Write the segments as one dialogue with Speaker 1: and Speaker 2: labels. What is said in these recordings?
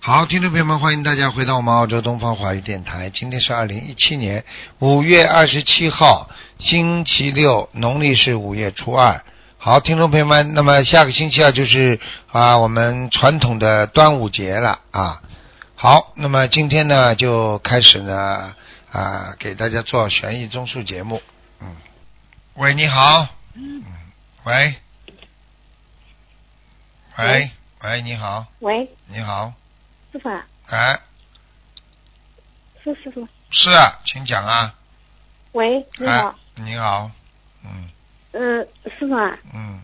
Speaker 1: 好，听众朋友们，欢迎大家回到我们澳洲东方华语电台。今天是二零一七年五月二十七号，星期六，农历是五月初二。好，听众朋友们，那么下个星期二就是啊，我们传统的端午节了啊。好，那么今天呢，就开始呢啊，给大家做悬疑综述节目。嗯，喂，你好。嗯。喂。喂喂，你好，
Speaker 2: 喂，
Speaker 1: 你好，
Speaker 2: 师傅啊，
Speaker 1: 哎，
Speaker 2: 是师傅吗。
Speaker 1: 是啊，请讲啊。
Speaker 2: 喂，你好，
Speaker 1: 哎，你好，嗯
Speaker 2: 嗯，师傅啊，
Speaker 1: 嗯，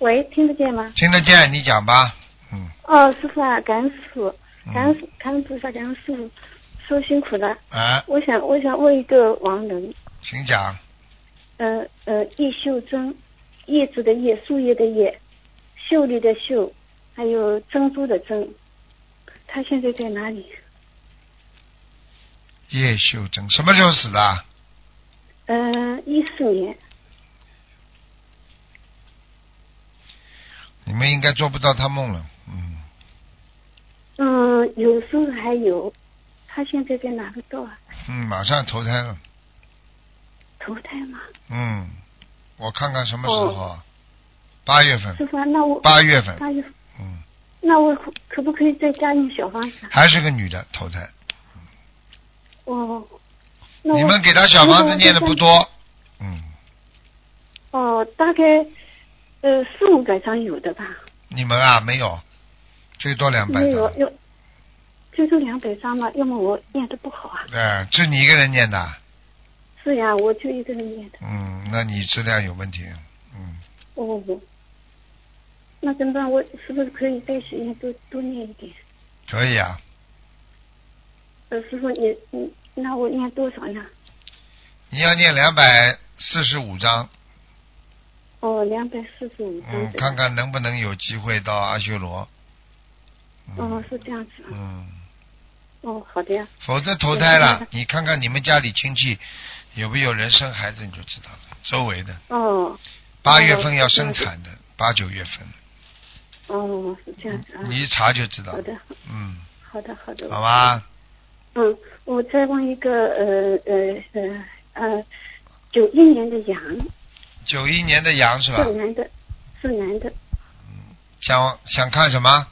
Speaker 2: 喂，听得见吗？
Speaker 1: 听得见，你讲吧。嗯
Speaker 2: 哦，师傅啊，感恩师傅，感恩
Speaker 1: 嗯，
Speaker 2: 师感恩菩萨，感恩师傅，师傅辛苦了。
Speaker 1: 哎，
Speaker 2: 我想，我想问一个亡人，
Speaker 1: 请讲。
Speaker 2: 嗯嗯，叶秀珍，叶子的叶，树叶的叶，秀丽的秀，还有珍珠的珍，他现在在哪里？
Speaker 1: 叶秀珍什么时候死的？
Speaker 2: 嗯，一四年，
Speaker 1: 你们应该做不到他梦了。嗯，
Speaker 2: 嗯，有时候还有，他现在在哪个道啊？
Speaker 1: 嗯，马上投胎了。
Speaker 2: 投胎吗？
Speaker 1: 嗯，我看看什么时候
Speaker 2: 哦
Speaker 1: 啊？八月份，
Speaker 2: 师傅啊，那我
Speaker 1: 八月份，
Speaker 2: 八月
Speaker 1: 嗯，
Speaker 2: 那我可可不可以再加点小房子啊？
Speaker 1: 还是个女的投胎。
Speaker 2: 哦，那我
Speaker 1: 你们给她小房子念的不多。嗯，
Speaker 2: 哦，大概呃四五百张有的吧，
Speaker 1: 你们啊没有，最多两百
Speaker 2: 没有
Speaker 1: 张。
Speaker 2: 有，最多两百张嘛，要么我念的不好啊。
Speaker 1: 哎，是你一个人念的啊？
Speaker 2: 是呀，我就一个人念的。
Speaker 1: 嗯，那你质量有问题。嗯，
Speaker 2: 哦，那怎么办？我是不是可以再许愿多多念一点？
Speaker 1: 可以啊。
Speaker 2: 呃，师傅你你那我念多少呢？
Speaker 1: 你要念两百四十五章，
Speaker 2: 哦，两百四十五张。
Speaker 1: 嗯，看。看能不能有机会到阿修罗。
Speaker 2: 哦
Speaker 1: 嗯，
Speaker 2: 是这样子啊。
Speaker 1: 嗯，
Speaker 2: 哦，好的呀。
Speaker 1: 否则投胎了
Speaker 2: 嗯，
Speaker 1: 你看看你们家里亲戚有没有人生孩子，你就知道了。周围的
Speaker 2: 哦
Speaker 1: 八月份要生产的，八九月份，嗯
Speaker 2: 哦，是这样子啊。
Speaker 1: 你一查就知道
Speaker 2: 好
Speaker 1: 了。
Speaker 2: 的，
Speaker 1: 嗯，
Speaker 2: 好的，好的。
Speaker 1: 好吧，
Speaker 2: 嗯，我再问一个，呃呃呃呃，九一年的羊，
Speaker 1: 九一年的羊是吧？
Speaker 2: 是男的，是男的。
Speaker 1: 想想看什么？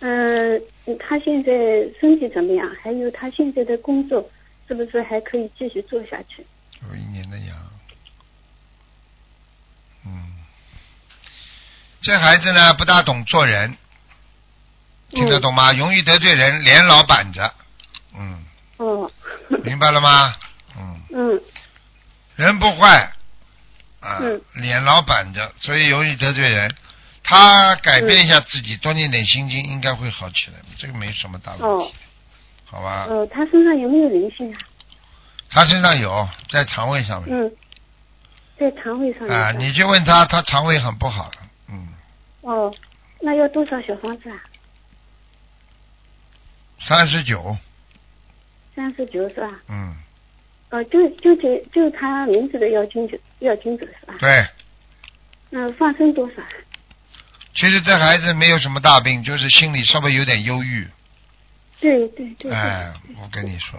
Speaker 2: 呃，他现在身体怎么样？还有他现在的工作是不是还可以继续做下去？
Speaker 1: 有一年的羊，嗯，这孩子呢不大懂做人，
Speaker 2: 嗯
Speaker 1: 听得懂吗？容易得罪人，连老板着，嗯，
Speaker 2: 哦，
Speaker 1: 明白了吗？嗯，
Speaker 2: 嗯
Speaker 1: 人不坏，啊，
Speaker 2: 嗯
Speaker 1: 脸老板着，所以容易得罪人。他改变一下自己，多念点心经，应该会好起来。这个没什么大问
Speaker 2: 哦
Speaker 1: 题，好吧？
Speaker 2: 呃，他身上有没有灵性啊？
Speaker 1: 他身上有，在肠胃上面
Speaker 2: 嗯，在肠胃上面
Speaker 1: 啊，
Speaker 2: 是吧
Speaker 1: 你去问他，他肠胃很不好，嗯。
Speaker 2: 哦，那要多少小房子啊？
Speaker 1: 三十九，
Speaker 2: 三十九是吧？
Speaker 1: 嗯，
Speaker 2: 呃，就就这就他名字的要经者要经者是吧？
Speaker 1: 对。
Speaker 2: 啊嗯、放生多少啊？
Speaker 1: 其实这孩子没有什么大病，就是心里稍微有点忧郁。
Speaker 2: 对对对。对
Speaker 1: 哎，我跟你说，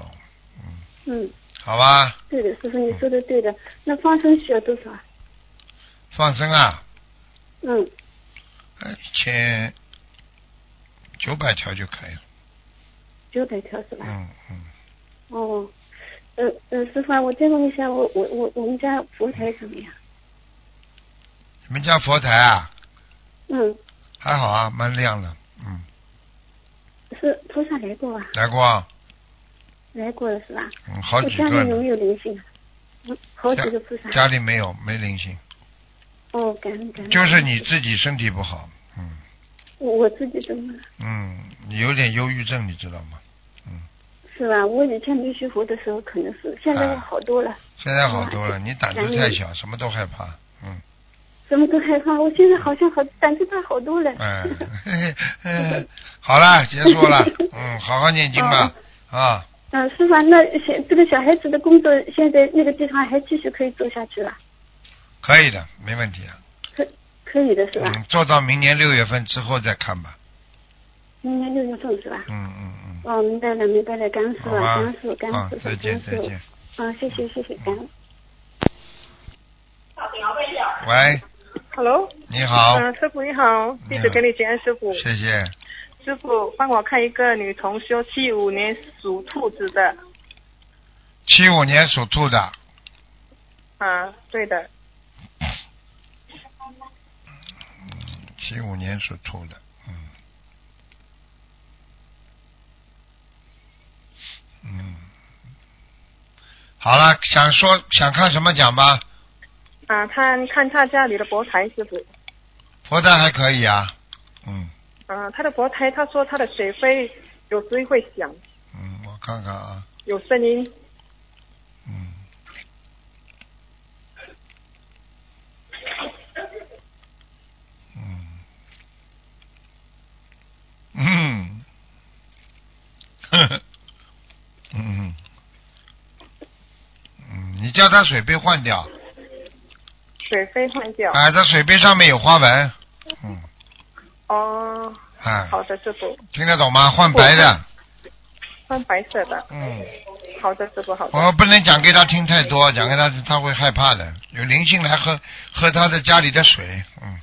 Speaker 2: 嗯，
Speaker 1: 好吧，
Speaker 2: 对的，师傅你说的对的。那放生需要多少啊？
Speaker 1: 放生啊，
Speaker 2: 嗯，
Speaker 1: 一千九百条就可以了。
Speaker 2: 九百条是吧？
Speaker 1: 嗯嗯，
Speaker 2: 哦，呃呃，师傅啊，我再问一下，我我我我们家佛台啊怎么样？
Speaker 1: 你们家佛台啊，
Speaker 2: 嗯，
Speaker 1: 还好啊，蛮亮的。嗯，
Speaker 2: 是菩萨来过啊？
Speaker 1: 来过啊，
Speaker 2: 来过了是吧？
Speaker 1: 嗯，好
Speaker 2: 我
Speaker 1: 几
Speaker 2: 家
Speaker 1: 个
Speaker 2: 里有
Speaker 1: 呢。
Speaker 2: 没有灵性啊？嗯，好几个菩萨。
Speaker 1: 家里没有，没灵性，
Speaker 2: 哦，感恩感恩。
Speaker 1: 就是你自己身体不好。嗯
Speaker 2: 我我自己怎么了
Speaker 1: 嗯，你有点忧郁症，你知道吗？
Speaker 2: 是吧？我以前没学佛的时候可能是，现在我
Speaker 1: 啊
Speaker 2: 好多了，
Speaker 1: 现在好多了，你胆子
Speaker 2: 嗯
Speaker 1: 太 小，什么都害怕。嗯。
Speaker 2: 什么都害怕。 我现在好像好胆子大好多了。
Speaker 1: 哎 嘿嘿嘿，好了，结束 了。嗯，好好念经吧。啊，
Speaker 2: 哦嗯，师傅啊，那现这个小孩子的工作现在那个地方还继续可以做下去吧？
Speaker 1: 可以的，没问题的。啊嗯
Speaker 2: 可以的是吧？
Speaker 1: 嗯，做到明年六月份之后再看吧。
Speaker 2: 明年六月份是吧？
Speaker 1: 嗯嗯嗯，
Speaker 2: 哦，明白了，明白了，感恩师
Speaker 1: 好
Speaker 2: 傅，
Speaker 1: 吧
Speaker 2: 感恩师傅，感恩
Speaker 1: 啊
Speaker 2: 师，傅，
Speaker 1: 再见再
Speaker 2: 感恩师
Speaker 1: 见。
Speaker 2: 傅。啊，谢谢谢谢，感恩。
Speaker 1: 喂，
Speaker 3: Hello，
Speaker 1: 你好，
Speaker 3: 嗯、师傅你好，弟子给你请安，师傅。
Speaker 1: 谢谢。
Speaker 3: 师傅，帮我看一个女同修，七五年属兔子的，
Speaker 1: 七五年属兔的，
Speaker 3: 啊，对的，
Speaker 1: 嗯七五年属兔的，嗯，嗯，好了，想说想看什么讲吧，
Speaker 3: 啊，看看她家里的佛台，师傅，
Speaker 1: 佛台还可以啊，嗯
Speaker 3: 啊，她的佛台，她说她的水杯有时会响，
Speaker 1: 嗯，我看看啊，
Speaker 3: 有声音，
Speaker 1: 嗯，嗯，嗯，呵呵，嗯，嗯，你叫他水杯换掉，
Speaker 3: 水杯换掉。
Speaker 1: 哎，他水杯上面有花纹，嗯，
Speaker 3: 哦，
Speaker 1: 哎，
Speaker 3: 好的，师傅，
Speaker 1: 听得懂吗？换白的，
Speaker 3: 换白色的。
Speaker 1: 嗯，
Speaker 3: 好的，师傅，好的。
Speaker 1: 我不能讲给他听太多，讲给他他会害怕的，有灵性来喝喝他的家里的水，嗯。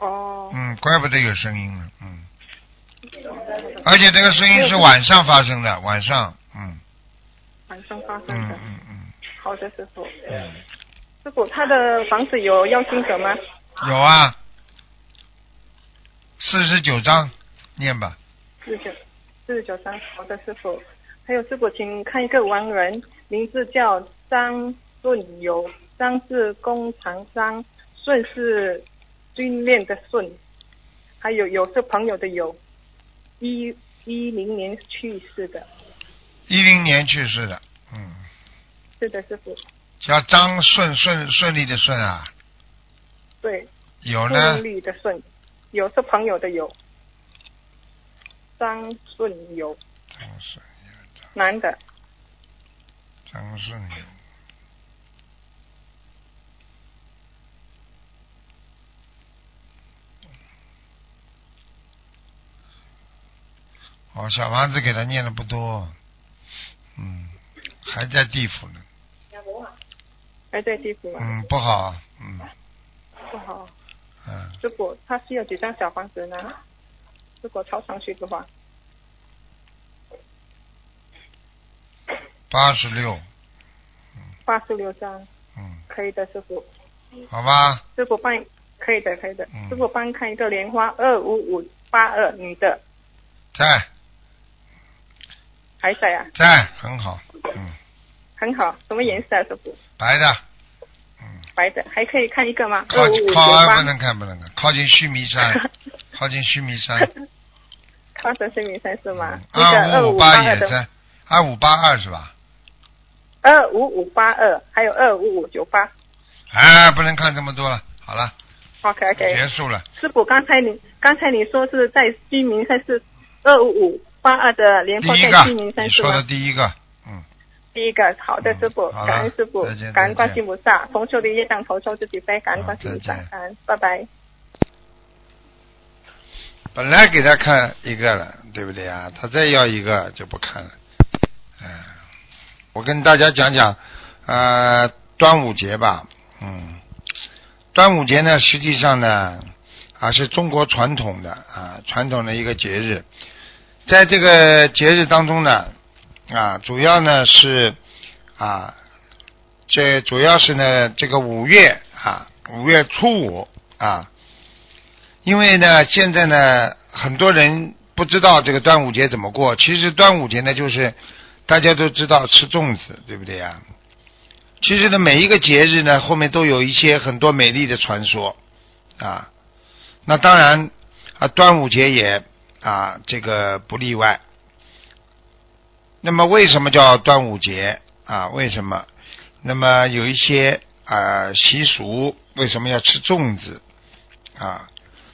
Speaker 3: 哦，
Speaker 1: 嗯，怪不得有声音呢，嗯。而且这个声音是晚上发生的，晚上，嗯
Speaker 3: 晚上发生
Speaker 1: 嗯
Speaker 3: 的。
Speaker 1: 嗯嗯
Speaker 3: 好的，师傅。
Speaker 1: 嗯，
Speaker 3: 师傅，她的房子有要金者吗？
Speaker 1: 有啊，四十九章，念吧，
Speaker 3: 四九四九三，好的，师傅。还有师傅，请看一个亡人，名字叫张顺友，张是弓长张，顺是训练的顺，还有友是朋友的友，一一零年去世的，
Speaker 1: 一零年去世的，嗯，
Speaker 3: 是的，师傅，
Speaker 1: 叫张顺顺顺利的顺啊，
Speaker 3: 对，
Speaker 1: 有呢
Speaker 3: 顺，利的顺，友是朋友的友，张顺友，
Speaker 1: 张顺
Speaker 3: 男的，
Speaker 1: 张顺有，哦，小房子给他念的不多，嗯，还在地府呢，
Speaker 3: 还在地府吗？
Speaker 1: 嗯，不好，嗯
Speaker 3: 不好，
Speaker 1: 嗯，
Speaker 3: 如果他需要几张小房子呢？如果抄上去的话。
Speaker 1: 八十六，
Speaker 3: 八十六张，
Speaker 1: 嗯，
Speaker 3: 可以的，师傅。
Speaker 1: 好吧，
Speaker 3: 师傅帮你，可以的，可以的。
Speaker 1: 嗯
Speaker 3: 师傅帮你看一个莲花二五五八二女的，
Speaker 1: 在
Speaker 3: 还在啊，
Speaker 1: 在很好，嗯，
Speaker 3: 很好。什么颜色啊，师傅？
Speaker 1: 白的，嗯，
Speaker 3: 白的，还可以看一个吗？
Speaker 1: 靠
Speaker 3: 二五五九
Speaker 1: 靠岸不
Speaker 3: 八。
Speaker 1: 能看不能看，靠近须弥山，靠近须弥山。
Speaker 3: 靠着生命山是吗？那个
Speaker 1: 嗯二
Speaker 3: 二
Speaker 1: 五
Speaker 3: 五
Speaker 1: 八
Speaker 3: 八
Speaker 1: 也
Speaker 3: 二的，
Speaker 1: 在，二五八二是吧？
Speaker 3: 二五五八二，还有二五五九八。
Speaker 1: 哎，不能看这么多了，好了，
Speaker 3: OK OK。
Speaker 1: 结束了。
Speaker 3: 师傅，刚才你刚才你说是在居民山是二五五八二的莲
Speaker 1: 第
Speaker 3: 花
Speaker 1: 一
Speaker 3: 在
Speaker 1: 个
Speaker 3: 居民，山
Speaker 1: 你
Speaker 3: 是
Speaker 1: 说的
Speaker 3: 吗？
Speaker 1: 第一个，嗯，
Speaker 3: 第一个，好的，师傅
Speaker 1: 嗯好，了
Speaker 3: 感恩师傅
Speaker 1: 再见，
Speaker 3: 感
Speaker 1: 再见
Speaker 3: 恩观世音菩萨，同修的业障同修自己背，感恩
Speaker 1: 好
Speaker 3: 观世音菩萨
Speaker 1: 再见，
Speaker 3: 感恩，拜拜。
Speaker 1: 本来给他看一个了，对不对啊？他再要一个就不看了。嗯，我跟大家讲讲，呃，端午节吧，嗯，端午节呢，实际上呢，啊，是中国传统的啊，传统的一个节日。在这个节日当中呢，啊，主要呢是啊，这主要是呢这个五月啊，五月初五啊，因为呢，现在呢，很多人不知道这个端午节怎么过。其实端午节呢，就是大家都知道吃粽子，对不对呀？其实呢，每一个节日呢，后面都有一些很多美丽的传说啊。那当然啊，端午节也啊，这个不例外。那么为什么叫端午节啊？为什么？那么有一些啊习俗，为什么要吃粽子啊？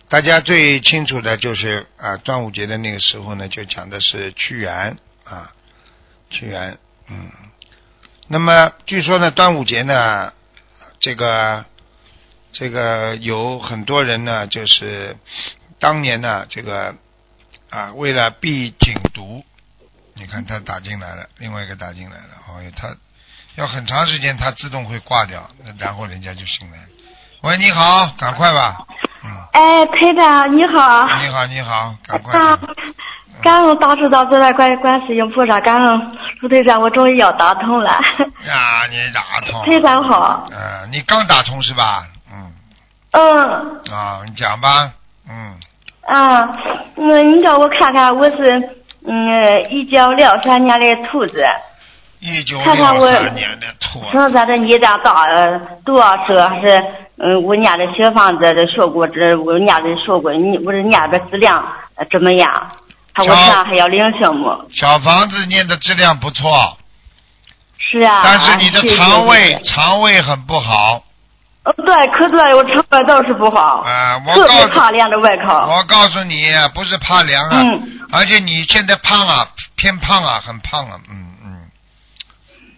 Speaker 1: 大家最清楚的就是啊，端午节的那个时候呢，就讲的是屈原啊，屈原，嗯。那么据说呢，端午节呢，这个这个有很多人呢，就是当年呢，这个啊，为了避警毒，你看他打进来了，另外一个打进来了，哦，他要很长时间，他自动会挂掉，那然后人家就醒来了。喂，你好，赶快吧，嗯，
Speaker 4: 哎，台长你好。
Speaker 1: 你好，你好，赶快嗯
Speaker 4: 啊
Speaker 1: 吧，
Speaker 4: 感恩大慈大悲的观观世音菩萨，感恩卢队长，我终于要打通了。
Speaker 1: 啊，你打通，
Speaker 4: 台长好，
Speaker 1: 呃，你刚打通是吧？嗯，
Speaker 4: 嗯
Speaker 1: 啊，你讲吧，嗯，
Speaker 4: 啊，嗯，你叫我看看，我是嗯一九六三年的兔子，
Speaker 1: 哦一九
Speaker 4: 看看
Speaker 1: 六
Speaker 4: 我嗯
Speaker 1: 三年的兔啊，
Speaker 4: 身上的孽障大呃多少是还是嗯我念的小房子的效果，这我念的效果，你我这念的质量呃怎么样？看我身上还有灵性不？
Speaker 1: 小房子念的质量不错，
Speaker 4: 是啊。
Speaker 1: 但是你
Speaker 4: 谢
Speaker 1: 的
Speaker 4: 谢
Speaker 1: 肠
Speaker 4: 卢队
Speaker 1: 胃
Speaker 4: 长
Speaker 1: 肠胃很不好
Speaker 4: 呃，对，可对我肠胃倒是不好，
Speaker 1: 啊、我
Speaker 4: 特别
Speaker 1: 告
Speaker 4: 怕
Speaker 1: 诉
Speaker 4: 凉的胃口。
Speaker 1: 我啊告诉你，不是怕凉啊，
Speaker 4: 嗯，
Speaker 1: 而且你现在胖啊，偏胖啊，很胖啊，嗯嗯，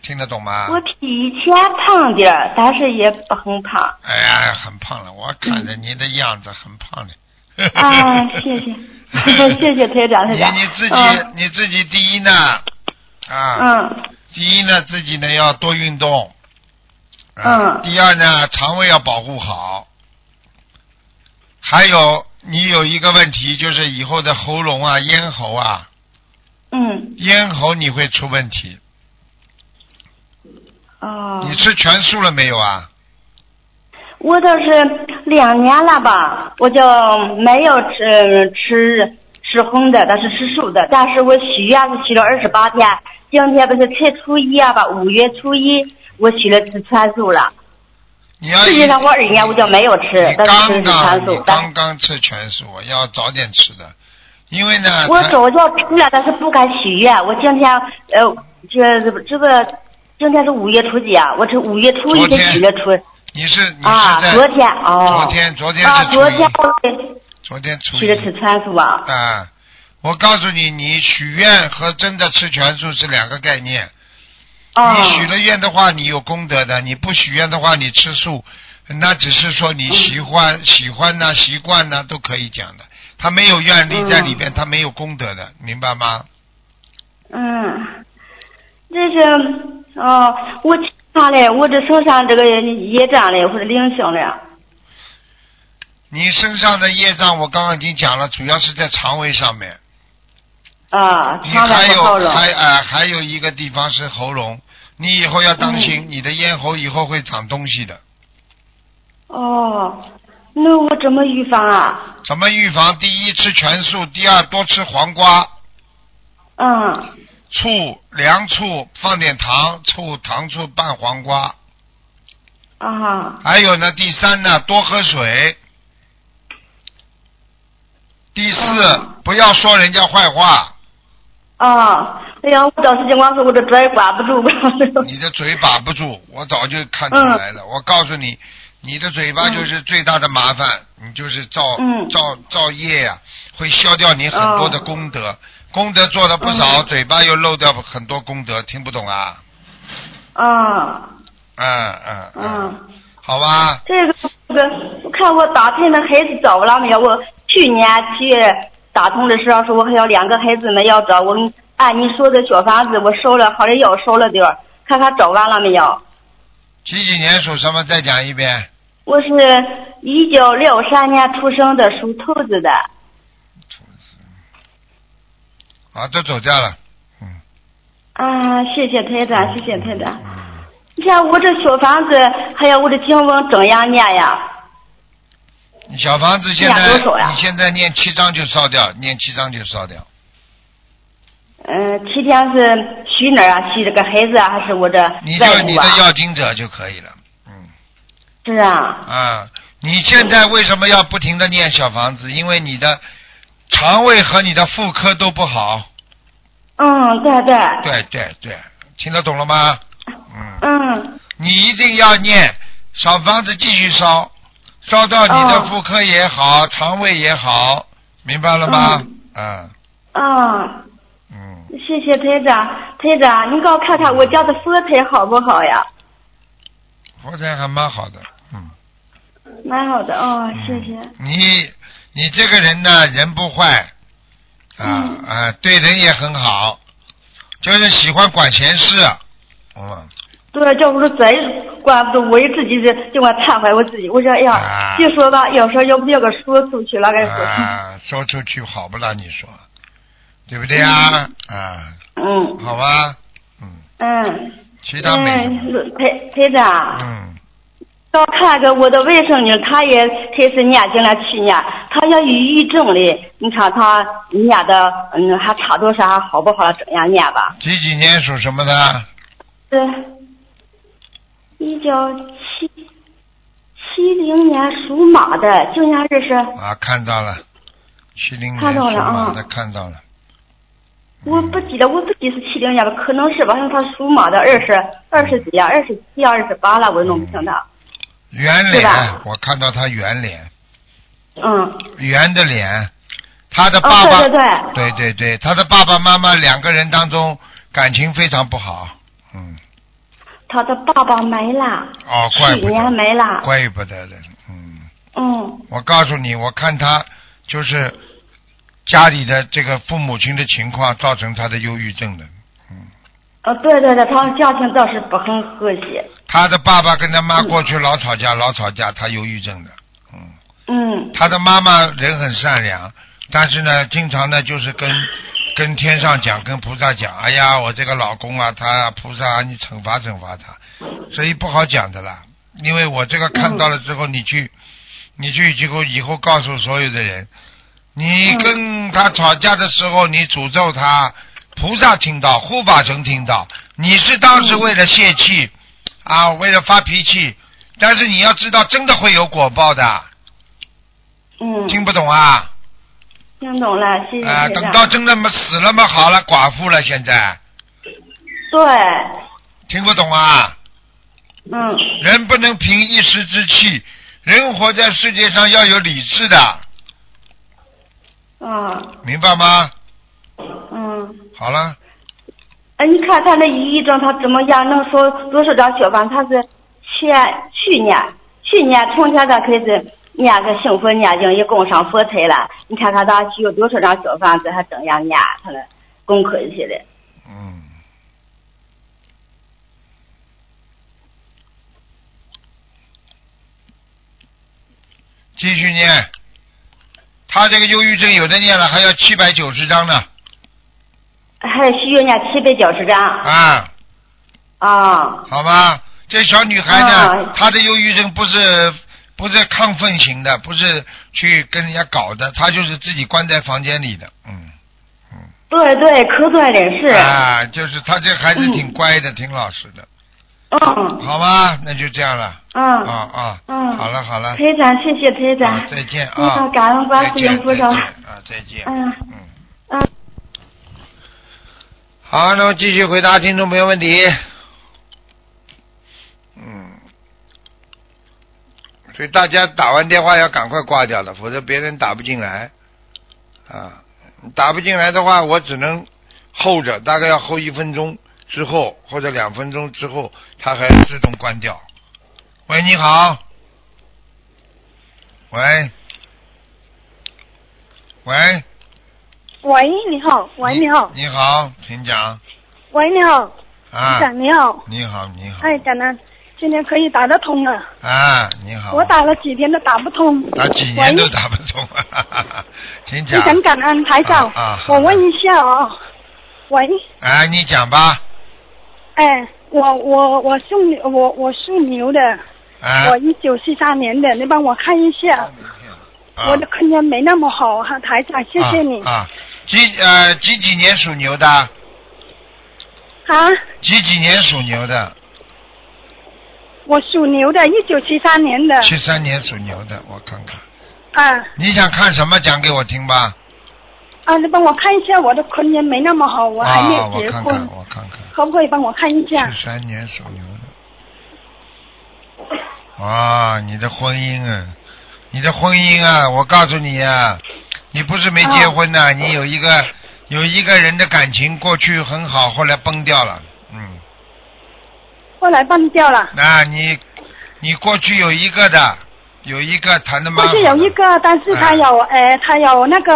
Speaker 1: 听得懂吗？
Speaker 4: 我比以前胖点儿，但是也不 很胖。
Speaker 1: 哎呀，很胖了，我看着你的样子很胖的。
Speaker 4: 哎，谢谢，谢谢台长，台长。
Speaker 1: 你你自己、
Speaker 4: 嗯
Speaker 1: 你自己第一呢，啊，
Speaker 4: 嗯
Speaker 1: 第一呢自己呢要多运动，啊
Speaker 4: 嗯
Speaker 1: 第二呢肠胃要保护好，还有你有一个问题就是以后的喉咙啊、咽喉啊、
Speaker 4: 嗯，
Speaker 1: 咽喉你会出问题。
Speaker 4: 哦，
Speaker 1: 你吃全素了没有啊？
Speaker 4: 我倒是两年了吧，我就没有吃吃吃荤的，但是吃素的，但是我许愿是许了二十八天，今天不是才初一啊吧，五月初一我许了吃全素了。
Speaker 1: 你要
Speaker 4: 实
Speaker 1: 一
Speaker 4: 际上我二年我就没有吃
Speaker 1: 你，
Speaker 4: 但是吃
Speaker 1: 刚
Speaker 4: 的是全
Speaker 1: 刚
Speaker 4: 素
Speaker 1: 你。
Speaker 4: 但
Speaker 1: 刚刚吃全素，要早点吃的，因为呢，
Speaker 4: 我
Speaker 1: 它
Speaker 4: 早就吃了，但是不敢许愿。我今天呃，这这个今天是五月初几啊？我这五月初一
Speaker 1: 昨
Speaker 4: 的
Speaker 1: 天
Speaker 4: 许了初
Speaker 1: 你是你
Speaker 4: 啊
Speaker 1: 是，在
Speaker 4: 昨天哦，
Speaker 1: 昨天昨天
Speaker 4: 啊
Speaker 1: 是，
Speaker 4: 昨
Speaker 1: 初一
Speaker 4: 天，我
Speaker 1: 昨天初
Speaker 4: 许了吃
Speaker 1: 一
Speaker 4: 全素啊。
Speaker 1: 啊！我告诉你，你许愿和真的吃全素是两个概念。
Speaker 4: 哦，
Speaker 1: 嗯你许了愿的话，你有功德的；你不许愿的话，你吃素，那只是说你喜欢、
Speaker 4: 嗯
Speaker 1: 喜欢呐、习惯呐、都可以讲的。他没有愿力在里边，他没有功德的，明白吗？
Speaker 4: 嗯，这是哦，我啥嘞？我这手上这个业障嘞，或者灵性嘞。
Speaker 1: 你身上的业障，我刚刚已经讲了，主要是在肠胃上面。
Speaker 4: 啊，
Speaker 1: 你
Speaker 4: 肠
Speaker 1: 还
Speaker 4: 胃不
Speaker 1: 有
Speaker 4: 好了。
Speaker 1: 还啊、还有一个地方是喉咙，你以后要当
Speaker 4: 嗯
Speaker 1: 心，你的咽喉以后会长东西的。
Speaker 4: 哦，那我怎么预防啊？
Speaker 1: 怎么预防？第一吃全素，第二多吃黄瓜、
Speaker 4: 嗯。
Speaker 1: 醋、凉醋，放点糖，醋糖醋拌黄瓜。
Speaker 4: 啊，
Speaker 1: 还有呢，第三呢，多喝水。第四
Speaker 4: 嗯，
Speaker 1: 不要说人家坏话，
Speaker 4: 啊，哎呀，我当时情况是我这嘴管不住，管不住。
Speaker 1: 你的嘴把不住，我早就看出来
Speaker 4: 嗯
Speaker 1: 了。我告诉你，你的嘴巴就是最大的麻烦，你就是造、
Speaker 4: 嗯
Speaker 1: 造造业呀、会消掉你很多的功德，功德做了不少，
Speaker 4: 哦嗯
Speaker 1: 嘴巴又漏掉很多功德，听不懂啊？
Speaker 4: 啊，
Speaker 1: 嗯嗯
Speaker 4: 嗯，
Speaker 1: 好吧，
Speaker 4: 这个这个，我看我打胎的孩子找不了没有？我去年去打通的时候说我还有两个孩子呢要找，我们按你说的小房子我收了，好像又收了点儿，看看找完了没有？
Speaker 1: 几几年属什么？再讲一遍。
Speaker 4: 我是一九六三年出生的，属兔子的。
Speaker 1: 啊，都走掉了。嗯，
Speaker 4: 啊，谢谢台长，谢谢台长。
Speaker 1: 嗯，
Speaker 4: 你看我这小房子，还有我这经文怎样念呀？
Speaker 1: 你小房子现
Speaker 4: 念
Speaker 1: 在
Speaker 4: 多少呀
Speaker 1: 你现在念七章就烧掉，念七章就烧掉。
Speaker 4: 嗯，七天是许哪儿啊？许这个孩子啊，还是我这
Speaker 1: 你
Speaker 4: 外
Speaker 1: 就你
Speaker 4: 母
Speaker 1: 的
Speaker 4: 啊？
Speaker 1: 要经者就可以了。嗯
Speaker 4: 是啊，
Speaker 1: 啊，你现在为什么要不停的念小房子？因为你的肠胃和你的妇科都不好。
Speaker 4: 嗯，对对，
Speaker 1: 对对对，听得懂了吗？嗯，
Speaker 4: 嗯，
Speaker 1: 你一定要念小房子继续烧，烧到你的
Speaker 4: 哦
Speaker 1: 妇科也好，肠胃也好，明白了吗？嗯
Speaker 4: 啊，
Speaker 1: 嗯，
Speaker 4: 谢谢台长，台长，你给我看看我家的佛台好不好呀？
Speaker 1: 佛台还蛮好的，嗯。
Speaker 4: 蛮好的，哦，谢谢，
Speaker 1: 你你这个人呢，人不坏，啊
Speaker 4: 嗯
Speaker 1: 啊，对人也很好，就是喜欢管闲事， 嗯，
Speaker 4: 对，这不是贼管不住，我一自己就就管忏悔我自己。我说，哎
Speaker 1: 啊
Speaker 4: 呀，就说吧，有时候又不要给说出去了，该说。
Speaker 1: 啊，说出去好不啦？你说，对不对啊？啊，
Speaker 4: 嗯
Speaker 1: 好吧，嗯，
Speaker 4: 嗯。
Speaker 1: 其他没什么，
Speaker 4: 嗯，裴裴长，
Speaker 1: 嗯，
Speaker 4: 到看个我的外甥女，她也开始念经了，去年她要有抑郁症嘞，你看她念的，嗯，还差多少，还好不好，怎样念吧？
Speaker 1: 几几年属什么的？
Speaker 4: 对，一九七七零年属马的，今年日是
Speaker 1: 啊，看到了，七零年
Speaker 4: 看到
Speaker 1: 属
Speaker 4: 了啊
Speaker 1: 马的，看到了，
Speaker 4: 我不记得，我不记得是七零年吧，可能是吧，因为他属马的，二十二十几啊，二十七啊，二十八了，我弄不清他。
Speaker 1: 圆
Speaker 4: 对
Speaker 1: 脸
Speaker 4: 吧，
Speaker 1: 我看到他圆脸，
Speaker 4: 嗯，
Speaker 1: 圆的脸，他的
Speaker 4: 哦
Speaker 1: 爸爸，
Speaker 4: 对对
Speaker 1: 对对对，他的爸爸妈妈两个人当中感情非常不好，嗯，
Speaker 4: 他的爸爸没了，
Speaker 1: 哦，怪
Speaker 4: 去
Speaker 1: 不
Speaker 4: 年
Speaker 1: 得，
Speaker 4: 没了。
Speaker 1: 怪不得的，嗯，
Speaker 4: 嗯，
Speaker 1: 我告诉你，我看他就是家里的这个父母亲的情况造成他的忧郁症的，嗯，
Speaker 4: 呃，对对对，他家庭倒是不很和谐。
Speaker 1: 他的爸爸跟他妈过去老吵架，老吵架，他忧郁症的，嗯，
Speaker 4: 嗯，
Speaker 1: 他的妈妈人很善良，但是呢，经常呢就是跟 跟天上讲，跟菩萨讲，哎呀，我这个老公啊，他菩萨啊你惩罚惩罚他，所以不好讲的啦。因为我这个看到了之后，你去，你去以后以后告诉所有的人，你跟他吵架的时候，你诅咒他，菩萨听到，护法神听到，你是当时为了泄气啊，为了发脾气，但是你要知道，真的会有果报的。
Speaker 4: 嗯，
Speaker 1: 听不懂啊？
Speaker 4: 听懂了，谢谢
Speaker 1: 啊、
Speaker 4: 台
Speaker 1: 等
Speaker 4: 长
Speaker 1: 到真的嘛死了嘛，好了，寡妇了，现在
Speaker 4: 对，
Speaker 1: 听不懂啊？
Speaker 4: 嗯，
Speaker 1: 人不能凭一时之气，人活在世界上要有理智的，
Speaker 4: 啊，
Speaker 1: 明白吗？
Speaker 4: 嗯。
Speaker 1: 好了，
Speaker 4: 哎，你看他那抑郁症，他怎么样？能收多少张小房？他是前去年，去年从现在开始念个幸福念经，也供上佛台了。你看看他需要多少张小房子，还怎样念他的功课去了？
Speaker 1: 嗯。继续念，他这个忧郁症有的念了，还要七百九十章呢，
Speaker 4: 还需要念七百九十张
Speaker 1: 啊，
Speaker 4: 啊？
Speaker 1: 好吧，这小女孩呢，
Speaker 4: 啊
Speaker 1: 她的忧郁症不是不是亢奋型的，不是去跟人家搞的，她就是自己关在房间里的，嗯，
Speaker 4: 对对，可对了，是，
Speaker 1: 啊，就是她这孩子挺
Speaker 4: 嗯
Speaker 1: 乖的，挺老实的，
Speaker 4: 嗯
Speaker 1: 好吧，那就这样了，啊
Speaker 4: 嗯
Speaker 1: 啊，
Speaker 4: 嗯，
Speaker 1: 好了好了，
Speaker 4: 台长，谢谢台长，
Speaker 1: 啊，再见
Speaker 4: 非
Speaker 1: 啊
Speaker 4: 常，感恩观
Speaker 1: 再
Speaker 4: 世
Speaker 1: 见
Speaker 4: 音菩
Speaker 1: 再见
Speaker 4: 萨，
Speaker 1: 啊，再见，
Speaker 4: 嗯
Speaker 1: 嗯。
Speaker 4: 嗯。
Speaker 1: 好，那么继续回答听众朋友问题。嗯，所以大家打完电话要赶快挂掉了，否则别人打不进来。啊，打不进来的话，我只能候着，大概要候一分钟之后或者两分钟之后，它还自动关掉。喂，你好。喂。喂。
Speaker 2: 喂，你好，喂，你好，
Speaker 1: 你好，请讲
Speaker 2: 喂，你好，
Speaker 1: 啊
Speaker 2: 台。长你好，
Speaker 1: 你好，你好。
Speaker 2: 哎，感恩，今天可以打得通了，
Speaker 1: 啊，你好。
Speaker 2: 我打了几天都打不通。
Speaker 1: 打几年都打不通，请
Speaker 2: 喂，
Speaker 1: 讲
Speaker 2: 非。常感恩台长，
Speaker 1: 啊啊好
Speaker 2: 我
Speaker 1: 的
Speaker 2: 问一下哦，喂，
Speaker 1: 哎，你讲吧。
Speaker 2: 哎，我我我属牛，我我属牛的，
Speaker 1: 啊。
Speaker 2: 我一九四三年的，你帮我看一下，
Speaker 1: 啊
Speaker 2: 我的空间没那么好，哈，台长，谢谢你
Speaker 1: 啊。啊几呃几几年属牛的？
Speaker 2: 啊，
Speaker 1: 几几年属牛的？
Speaker 2: 我属牛的，一九七三年的，
Speaker 1: 七三年属牛的，我看看。
Speaker 2: 啊
Speaker 1: 你想看什么？讲给我听吧。
Speaker 2: 啊，你帮我看一下我的空间没那么好，我还没
Speaker 1: 啊，
Speaker 2: 有
Speaker 1: 我
Speaker 2: 结
Speaker 1: 看
Speaker 2: 婚，
Speaker 1: 看，我看看。
Speaker 2: 可不可以帮我看一下？
Speaker 1: 七三年属牛的。啊，你的婚姻啊，你的婚姻啊，我告诉你啊，你不是没结婚呐、你有一个有一个人的感情过去很好，后来崩掉了，嗯，
Speaker 2: 后来崩掉了，
Speaker 1: 那你你过去有一个的，有一个谈的蛮好
Speaker 2: 过
Speaker 1: 的嗯
Speaker 2: 去有一个，但是他有、呃，他有那个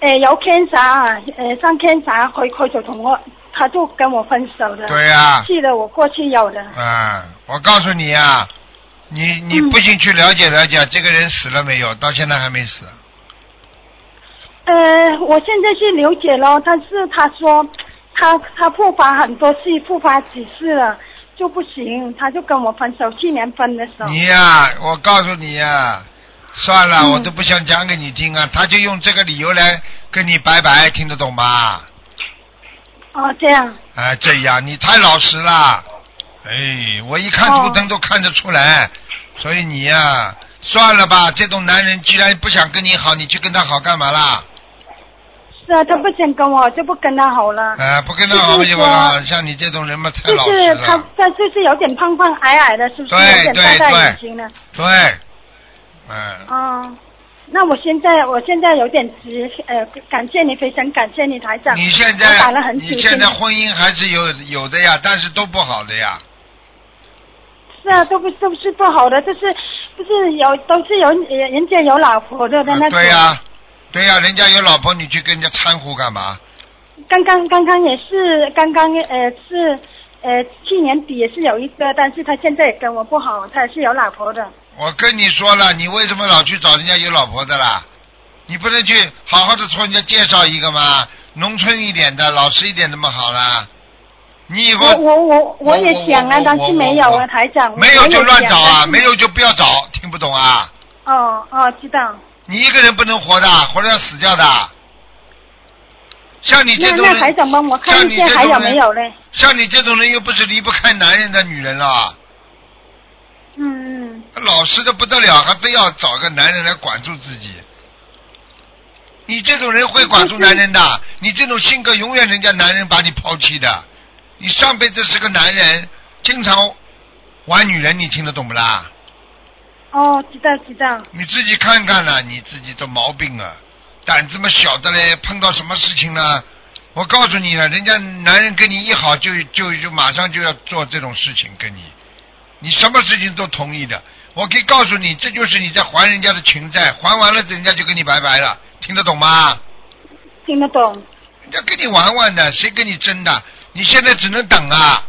Speaker 5: 誒有 cancer 啊，誒生 cancer，佢佢就同我，他就跟我分手的。
Speaker 1: 对啊呀、
Speaker 5: 是的，我过去有的。
Speaker 1: 啊，我告诉你啊，你你不信去了解了解，这个人死了没有？到现在还没死。啊
Speaker 5: 呃，我现在去了解了，但是他说他他复发很多次，复发几次了就不行，他就跟我分手，去年分的时候。
Speaker 1: 你呀、我告诉你呀、算了，
Speaker 5: 嗯
Speaker 1: 我都不想讲给你听啊。他就用这个理由来跟你拜拜，听得懂吗？
Speaker 5: 哦，这样。
Speaker 1: 啊，这样你太老实了，哎，我一看图腾都看得出来，所以你呀、算了吧，这种男人既然不想跟你好，你去跟他好干嘛啦？
Speaker 5: 是啊，他不想跟我，就不跟他好了。
Speaker 1: 啊，不跟他好不
Speaker 5: 就是
Speaker 1: 就
Speaker 5: 说
Speaker 1: 完了？像你这种人嘛，太
Speaker 5: 就
Speaker 1: 老实
Speaker 5: 是他
Speaker 1: 了，，
Speaker 5: 他就是有点胖胖矮矮的，是不是？
Speaker 1: 对
Speaker 5: 有点大
Speaker 1: 对
Speaker 5: 大
Speaker 1: 对
Speaker 5: 眼睛的。
Speaker 1: 对，嗯，
Speaker 5: 哦，那我现在我现在有点急，呃，感谢你，非常感谢你台长。
Speaker 1: 你现
Speaker 5: 我
Speaker 1: 在
Speaker 5: 打了很久。
Speaker 1: 你现在婚姻还是有有的呀，但是都不好的呀，
Speaker 5: 是啊，都不是不是不好的，就是不是有都是有人人家有老婆的的
Speaker 1: 啊
Speaker 5: 那种。
Speaker 1: 对呀、对呀、人家有老婆，你去跟人家掺和干嘛？
Speaker 5: 刚刚刚刚也是刚刚呃是呃去年底也是有一个，但是他现在也跟我不好，他也是有老婆的。
Speaker 1: 我跟你说了，你为什么老去找人家有老婆的啦？你不能去好好的从人家介绍一个吗？农村一点的，老实一点的嘛好啦。你以后
Speaker 5: 我我我我也想啊
Speaker 1: 我，
Speaker 5: 但是没有
Speaker 1: 我我
Speaker 5: 啊，台长。
Speaker 1: 没有
Speaker 5: 我也
Speaker 1: 就乱
Speaker 5: 想
Speaker 1: 找啊，
Speaker 5: 但是
Speaker 1: 没有就不要找，听不懂啊？
Speaker 5: 哦哦，知道。
Speaker 1: 你一个人不能活的，活着要死掉的。像你这
Speaker 5: 那
Speaker 1: 种
Speaker 5: 那台
Speaker 1: 人，
Speaker 5: 长帮我看
Speaker 1: 像
Speaker 5: 一
Speaker 1: 你
Speaker 5: 下
Speaker 1: 这
Speaker 5: 还
Speaker 1: 种
Speaker 5: 有
Speaker 1: 人
Speaker 5: 没有嘞？
Speaker 1: 像你这种人又不是离不开男人的女人了，
Speaker 5: 嗯嗯，
Speaker 1: 老实的不得了，还非要找个男人来管住自己。你这种人会管住男人的，你这种性格永远人家男人把你抛弃的。你上辈子是个男人，经常玩女人，你听得懂不啦？
Speaker 5: 哦，知道知道。
Speaker 1: 你自己看看啦、你自己的毛病啊，胆子么小的嘞，碰到什么事情呢？我告诉你了，人家男人跟你一好就就就马上就要做这种事情跟你，你什么事情都同意的。我可以告诉你，这就是你在还人家的情债，还完了人家就跟你拜拜了，听得懂吗？
Speaker 5: 听得懂，
Speaker 1: 人家跟你玩玩的，谁跟你争的？你现在只能等啊！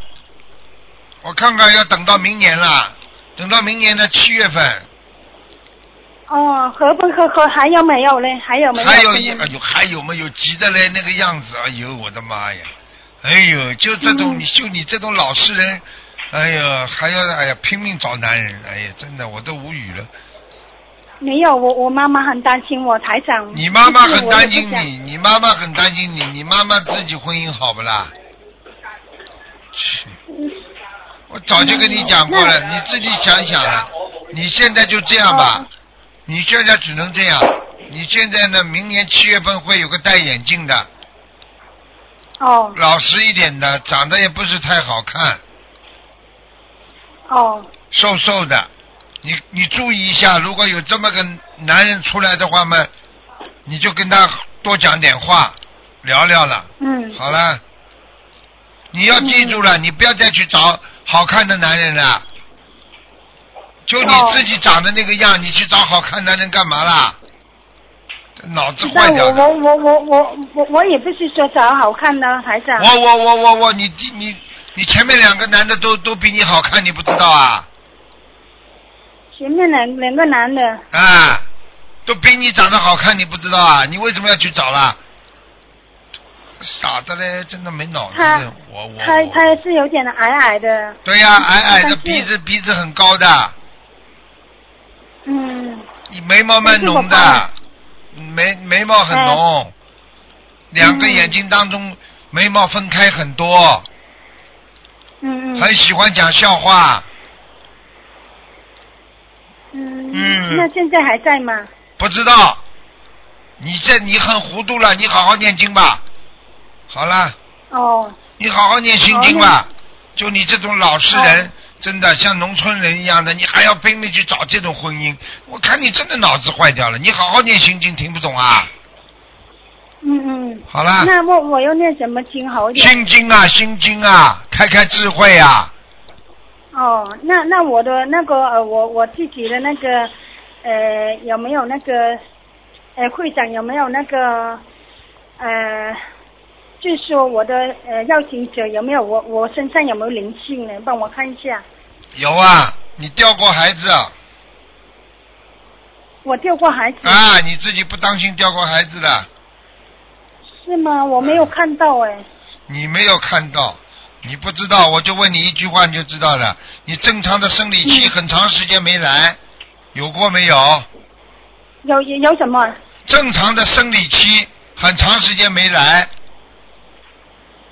Speaker 1: 我看看要等到明年了，等到明年的七月份，
Speaker 5: 哦，合不合合还有没有嘞？还有没有？
Speaker 1: 还有一哎呦，还有没有急的嘞？那个样子，哎呦，我的妈呀！哎呦，就这种，
Speaker 5: 嗯
Speaker 1: 你就你这种老实人，哎呦，还要哎呀拼命找男人，哎呀，真的我都无语了。
Speaker 5: 没有，我我妈妈很担心我台长。
Speaker 1: 你妈妈
Speaker 5: 就是
Speaker 1: 很
Speaker 5: 嗯我
Speaker 1: 担
Speaker 5: 也
Speaker 1: 心
Speaker 5: 不想
Speaker 1: 你，你妈妈很担心你，你妈妈自己婚姻好不啦？去，我早就跟你讲过了，你自己想想啊。你现在就这样吧
Speaker 5: 哦，
Speaker 1: 你现在只能这样。你现在呢，明年七月份会有个戴眼镜的，
Speaker 5: 哦
Speaker 1: 老实一点的，长得也不是太好看，
Speaker 5: 哦
Speaker 1: 瘦瘦的。你你注意一下，如果有这么个男人出来的话嘛，你就跟他多讲点话，聊聊了。
Speaker 5: 嗯
Speaker 1: 好了，你要记住了，你不要再去找好看的男人了。就你
Speaker 5: 哦
Speaker 1: 自己长得那个样，你去找好看男人干嘛啦？脑子坏
Speaker 5: 但
Speaker 1: 掉
Speaker 5: 我
Speaker 1: 了！
Speaker 5: 我我我我我我也不是说找好看的台长。
Speaker 1: 我我我我我，你你你你前面两个男的都都比你好看，你不知道啊？
Speaker 5: 前面两两个男的，
Speaker 1: 啊，都比你长得好看，你不知道啊？你为什么要去找啦？傻的嘞，真的没脑子
Speaker 5: 他。
Speaker 1: 我我
Speaker 5: 他
Speaker 1: 我
Speaker 5: 他也是有点矮矮的，
Speaker 1: 对呀、矮矮
Speaker 5: 但
Speaker 1: 的
Speaker 5: 是
Speaker 1: 鼻子鼻子很高的。
Speaker 5: 嗯，
Speaker 1: 你眉毛蛮浓
Speaker 5: 但是我哎
Speaker 1: 的，眉眉毛很浓，两
Speaker 5: 嗯
Speaker 1: 个眼睛当中眉毛分开很多，
Speaker 5: 嗯嗯
Speaker 1: 很喜欢讲笑话，
Speaker 5: 嗯
Speaker 1: 嗯
Speaker 5: 那现在还在吗？
Speaker 1: 不知道。你这你很糊涂了，你好好念经吧。好了，
Speaker 5: 哦，
Speaker 1: 你好好念心经吧。就你这种老实人，
Speaker 5: 哦
Speaker 1: 真的像农村人一样的，你还要拼命去找这种婚姻，我看你真的脑子坏掉了。你好好念心经，听不懂啊？
Speaker 5: 嗯嗯。
Speaker 1: 好了。
Speaker 5: 那我我要念什么经好一点？
Speaker 1: 心经啊，心经啊，开开智慧啊，
Speaker 5: 哦，那那我的那个呃，我我自己的那个呃，有没有那个呃，会长有没有那个呃，就是说我的呃邀请者有没有我我身上有没有灵性呢？帮我看一下，
Speaker 1: 有啊，你掉过孩子啊？
Speaker 5: 我掉过孩子、
Speaker 1: 啊，你自己不当心掉过孩子的，
Speaker 5: 是吗？我没有看到哎，
Speaker 1: 你没有看到，你不知道，我就问你一句话你就知道了。你正常的生理期很长时间没来，有过没有？
Speaker 5: 有有有什么？
Speaker 1: 正常的生理期很长时间没来，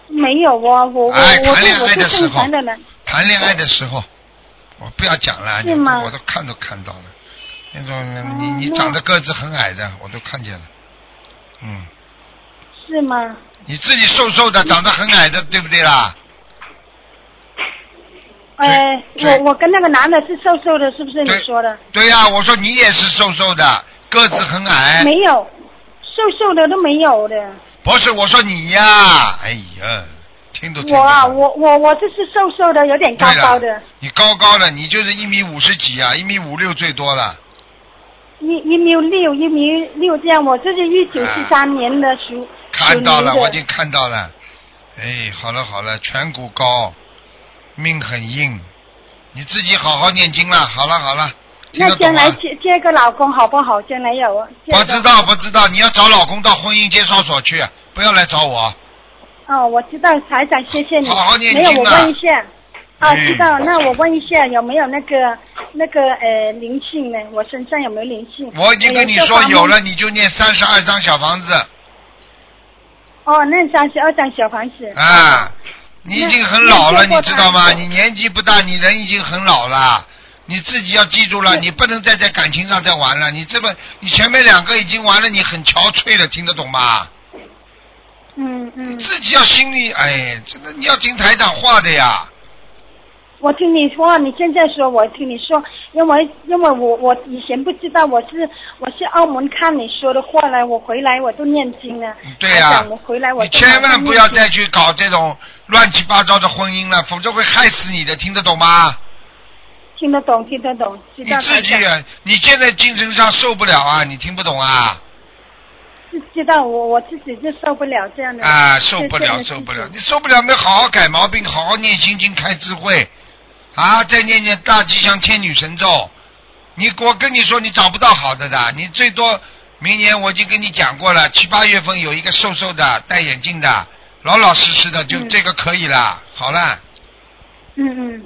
Speaker 5: 没有啊，我我、
Speaker 1: 哎
Speaker 5: 我
Speaker 1: 谈恋
Speaker 5: 是我
Speaker 1: 爱
Speaker 5: 是
Speaker 1: 的时候
Speaker 5: 正常的人，
Speaker 1: 谈恋爱的时候，我不要讲了，你
Speaker 5: 是吗
Speaker 1: 我都看都看到了。那种你
Speaker 5: 哦
Speaker 1: 你
Speaker 5: 那
Speaker 1: 长得个子很矮的，我都看见了。嗯，
Speaker 5: 是吗？
Speaker 1: 你自己瘦瘦
Speaker 5: 嗯
Speaker 1: 的，长得很矮的，对不对啦？
Speaker 5: 哎，
Speaker 1: 对
Speaker 5: 我我跟那个男的是瘦瘦的，是不是你
Speaker 1: 对
Speaker 5: 说的？
Speaker 1: 对呀、我说你也是瘦瘦的，个子很矮。
Speaker 5: 没有，瘦瘦的都没有的。
Speaker 1: 不是，我说你呀、哎呀，听都听
Speaker 5: 我
Speaker 1: 不
Speaker 5: 啊，
Speaker 1: 懂
Speaker 5: 我我我就是瘦瘦的，有点高高
Speaker 1: 对
Speaker 5: 的
Speaker 1: 了，你高高的，你就是一米五十几啊，一米五六最多了。
Speaker 5: 一一米六一米六这样。我就是一九七三年的属属
Speaker 1: 看
Speaker 5: 牛
Speaker 1: 到了，
Speaker 5: 的
Speaker 1: 我已经看到了。哎，好了好了，颧骨高，命很硬，你自己好好念经了。好了好了，听
Speaker 5: 那
Speaker 1: 得
Speaker 5: 将
Speaker 1: 懂吗啊
Speaker 5: 来？接接个老公好不好？将来有啊。接
Speaker 1: 不
Speaker 5: 个
Speaker 1: 知道不知道，你要找老公到婚姻介绍所去，不要来找我。
Speaker 5: 哦，我知道，台长，谢谢你。
Speaker 1: 好好念
Speaker 5: 没有，
Speaker 1: 经
Speaker 5: 我
Speaker 1: 啊
Speaker 5: 问一下。啊，
Speaker 1: 嗯
Speaker 5: 知道。那我问一下，有没有那个那个呃灵性呢？我身上有没有灵性？
Speaker 1: 我已经跟你
Speaker 5: 呃
Speaker 1: 说
Speaker 5: 这
Speaker 1: 有
Speaker 5: 方面
Speaker 1: 了，你就念三十二张小房子
Speaker 5: 哦，那三十二张小房子。
Speaker 1: 啊。你已经很老了，
Speaker 5: 哎
Speaker 1: 你
Speaker 5: 那那
Speaker 1: 知道吗？
Speaker 5: 做过
Speaker 1: 你年纪不大，你人已经很老了，你自己要记住了，
Speaker 5: 对
Speaker 1: 你不能再在感情上再玩了。你这么，你前面两个已经玩了，你很憔悴了，听得懂吗？
Speaker 5: 嗯嗯，
Speaker 1: 自己要心里，哎，真的你要听台长话的呀。
Speaker 5: 我听你说，你现在说，我听你说，因为因为我我以前不知道，我是我是澳门看你说的话来，我回来我都念经了。
Speaker 1: 对呀、
Speaker 5: 台长我回来我
Speaker 1: 你
Speaker 5: 就
Speaker 1: 千万不要
Speaker 5: 马上念
Speaker 1: 再去搞这种乱七八糟的婚姻了，否则会害死你的，听得懂吗？
Speaker 5: 经听得懂，听得懂，知
Speaker 1: 你
Speaker 5: 道
Speaker 1: 自己
Speaker 5: 台长，
Speaker 1: 你现在精神上受不了啊，你听不懂啊？
Speaker 5: 知知道我我自己就受不了这样的
Speaker 1: 啊，受不
Speaker 5: 这样
Speaker 1: 了，
Speaker 5: 的事
Speaker 1: 受
Speaker 5: 情
Speaker 1: 不了！你受不了，没好好改毛病，好好念心经，开智慧，啊，再念念大吉祥天女神咒。你我跟你说，你找不到好的的，你最多明年我已经跟你讲过了，七八月份有一个瘦瘦的，戴眼镜的，老老实实的，就
Speaker 5: 嗯
Speaker 1: 这个可以了。好了，
Speaker 5: 嗯嗯，